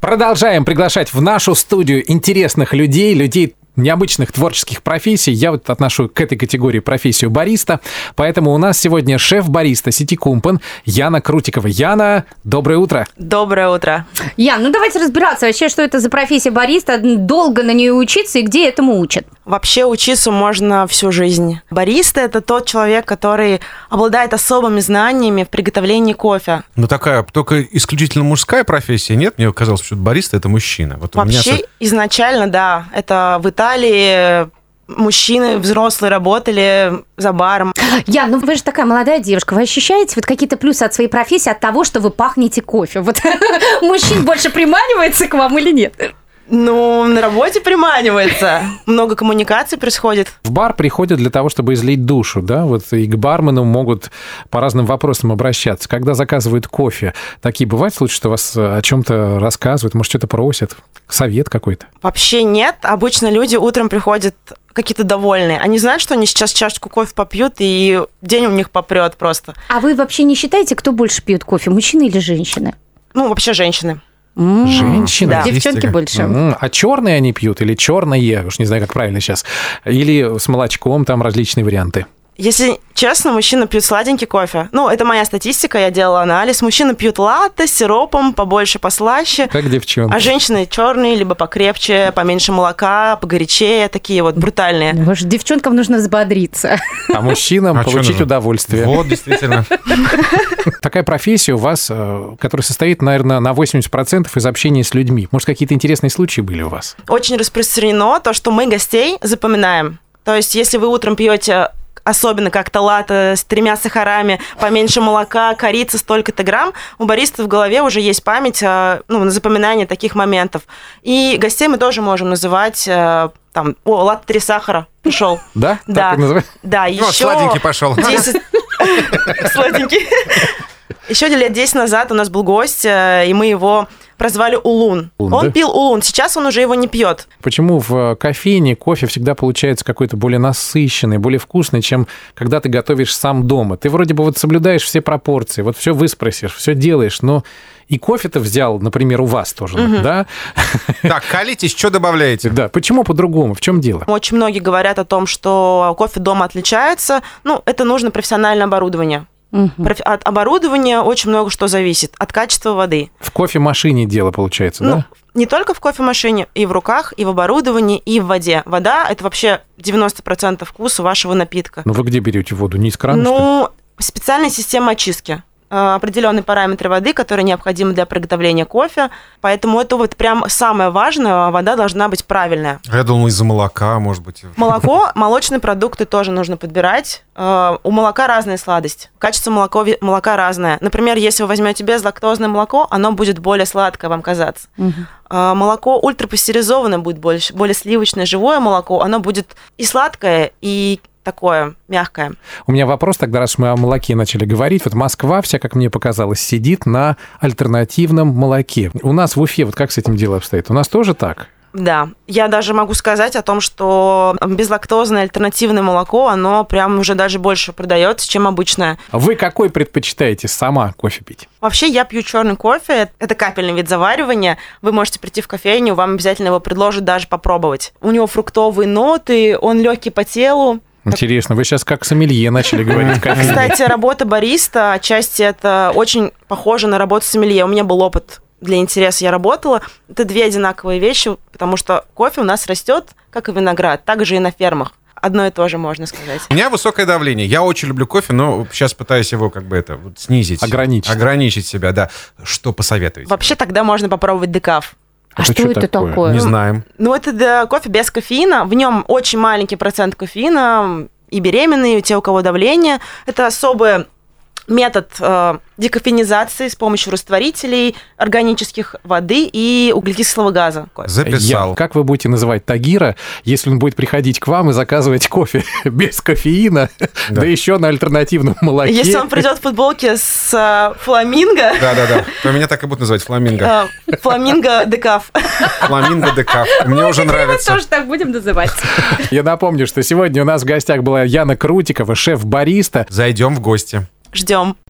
Продолжаем приглашать в нашу студию интересных людей, людей необычных творческих профессий. Я вот отношу к этой категории профессию бариста. Поэтому у нас сегодня шеф бариста сети Кумпан Яна Крутикова. Яна, доброе утро. Доброе утро. Ян, ну давайте разбираться вообще, что это за профессия бариста, долго на нее учиться и где этому учат. Вообще учиться можно всю жизнь. Бариста – это тот человек, который обладает особыми знаниями в приготовлении кофе. Ну, такая только исключительно мужская профессия, нет? Мне казалось, что бариста – это мужчина. Вот у меня Вообще, со- изначально, да, это в Италии мужчины взрослые работали за баром. Ян, ну вы же такая молодая девушка, вы ощущаете вот какие-то плюсы от своей профессии, от того, что вы пахнете кофе? Вот мужчин больше приманивается к вам или нет? Ну, на работе приманивается. Много коммуникаций происходит. В бар приходят для того, чтобы излить душу, да, вот и к бармену могут по разным вопросам обращаться. Когда заказывают кофе, такие бывают случаи, что вас э, о чем-то рассказывают, может, что-то просят, совет какой-то. Вообще нет. Обычно люди утром приходят какие-то довольные. Они знают, что они сейчас чашечку кофе попьют, и день у них попрет просто. А вы вообще не считаете, кто больше пьет кофе, мужчины или женщины? Ну, вообще женщины. М, Женщины. Да. Девчонки Статистика. больше. М, А черные они пьют или черное, уж не знаю, как правильно сейчас, или с молочком, там различные варианты. Если честно, мужчины пьют сладенький кофе. Ну, это моя статистика, я делала анализ. Мужчины пьют латте с сиропом, побольше, послаще. Как девчонки. А женщины черные, либо покрепче, поменьше молока, погорячее, такие вот брутальные. Ну, Может, девчонкам нужно взбодриться. А мужчинам А чё получить нужно? удовольствие. Вот, действительно. Такая профессия у вас, э, которая состоит, наверное, на 80% из общения с людьми. Может, какие-то интересные случаи были у вас? Очень распространено то, что мы гостей запоминаем. То есть, если вы утром пьете особенно как-то латте с тремя сахарами, поменьше молока, корицы столько-то грамм, у бариста в голове уже есть память э, ну, на запоминание таких моментов. И гостей мы тоже можем называть э, там, о, латте три сахара, пришел. Да? Да. Так и Ну, а называется? Да, еще... Ну, Вот, сладенький пошел. 10... Сладенький. Еще лет 10 назад у нас был гость, э, и мы его прозвали Улун. Улун, он да? пил Улун, сейчас он уже его не пьет. Почему в э, кофейне кофе всегда получается какой-то более насыщенный, более вкусный, чем когда ты готовишь сам дома? Ты вроде бы вот соблюдаешь все пропорции, вот все выспросишь, все делаешь, но и кофе ты взял, например, у вас тоже, да? Так, колитесь, что добавляете? Да. Почему по-другому? В чем дело? Очень многие говорят о том, что кофе дома отличается. Ну, это нужно профессиональное оборудование. Мгм. Проф- От оборудования очень много что зависит. От качества воды. В кофемашине дело получается, Ну, да? не только в кофемашине, и в руках, и в оборудовании, и в воде. Вода – это вообще 90% вкуса вашего напитка. Ну вы где берете воду? Не из крана, что ли? Ну, специальная система очистки. Э, Определенные параметры воды, которые необходимы для приготовления кофе. Поэтому это вот прям самое важное. Вода должна быть правильная. Я думал, из-за молока, может быть. Молоко, молочные продукты тоже нужно подбирать. Э, У молока разная сладость. Качество молоко, ви- молока разное. Например, если вы возьмете безлактозное молоко, оно будет более сладкое вам казаться. Мгм. А, Молоко ультрапастеризованное будет больше, более сливочное, живое молоко. Оно будет и сладкое, и такое мягкое. У меня вопрос тогда, раз мы о молоке начали говорить. Вот Москва вся, как мне показалось, сидит на альтернативном молоке. У нас в Уфе вот как с этим дело обстоит? У нас тоже так? Да, я даже могу сказать о том, что безлактозное альтернативное молоко, оно прям уже даже больше продается, чем обычное. А Вы какой предпочитаете сама кофе пить? Вообще, я пью черный кофе, это капельный вид заваривания. Вы можете прийти в кофейню, вам обязательно его предложат даже попробовать. У него фруктовые ноты, он легкий по телу. Интересно, вы сейчас как сомелье начали говорить. как сомелье. Кстати, работа бариста, отчасти это очень похоже на работу сомелье. У меня был опыт для интереса, я работала. Это две одинаковые вещи, потому что кофе у нас растет, как и виноград, так же и на фермах. Одно и то же, можно сказать. У меня высокое давление. Я очень люблю кофе, но сейчас пытаюсь его как бы это вот снизить. Ограничить. Ограничить себя, да. Что посоветуете? Вообще тогда можно попробовать декаф. А что это такое? Не знаем. Ну, это да, кофе без кофеина. В нем очень маленький процент кофеина. И беременные, и те, у кого давление. Это особый метод э, декофенизации с помощью растворителей, органических воды и углекислого газа. кофе. Я- Записал. как вы будете называть Тагира, если он будет приходить к вам и заказывать кофе без кофеина, да, Да. еще на альтернативном молоке? Если он придет в футболке с э, фламинго, Да-да-да. То меня так и будут называть фламинго. э, фламинго декаф. Фламинго ДК. Мне уже нравится. Ну, Тоже так будем называть. Я напомню, что сегодня у нас в гостях была Яна Крутикова, шеф-бариста. Зайдем в гости. Ждем.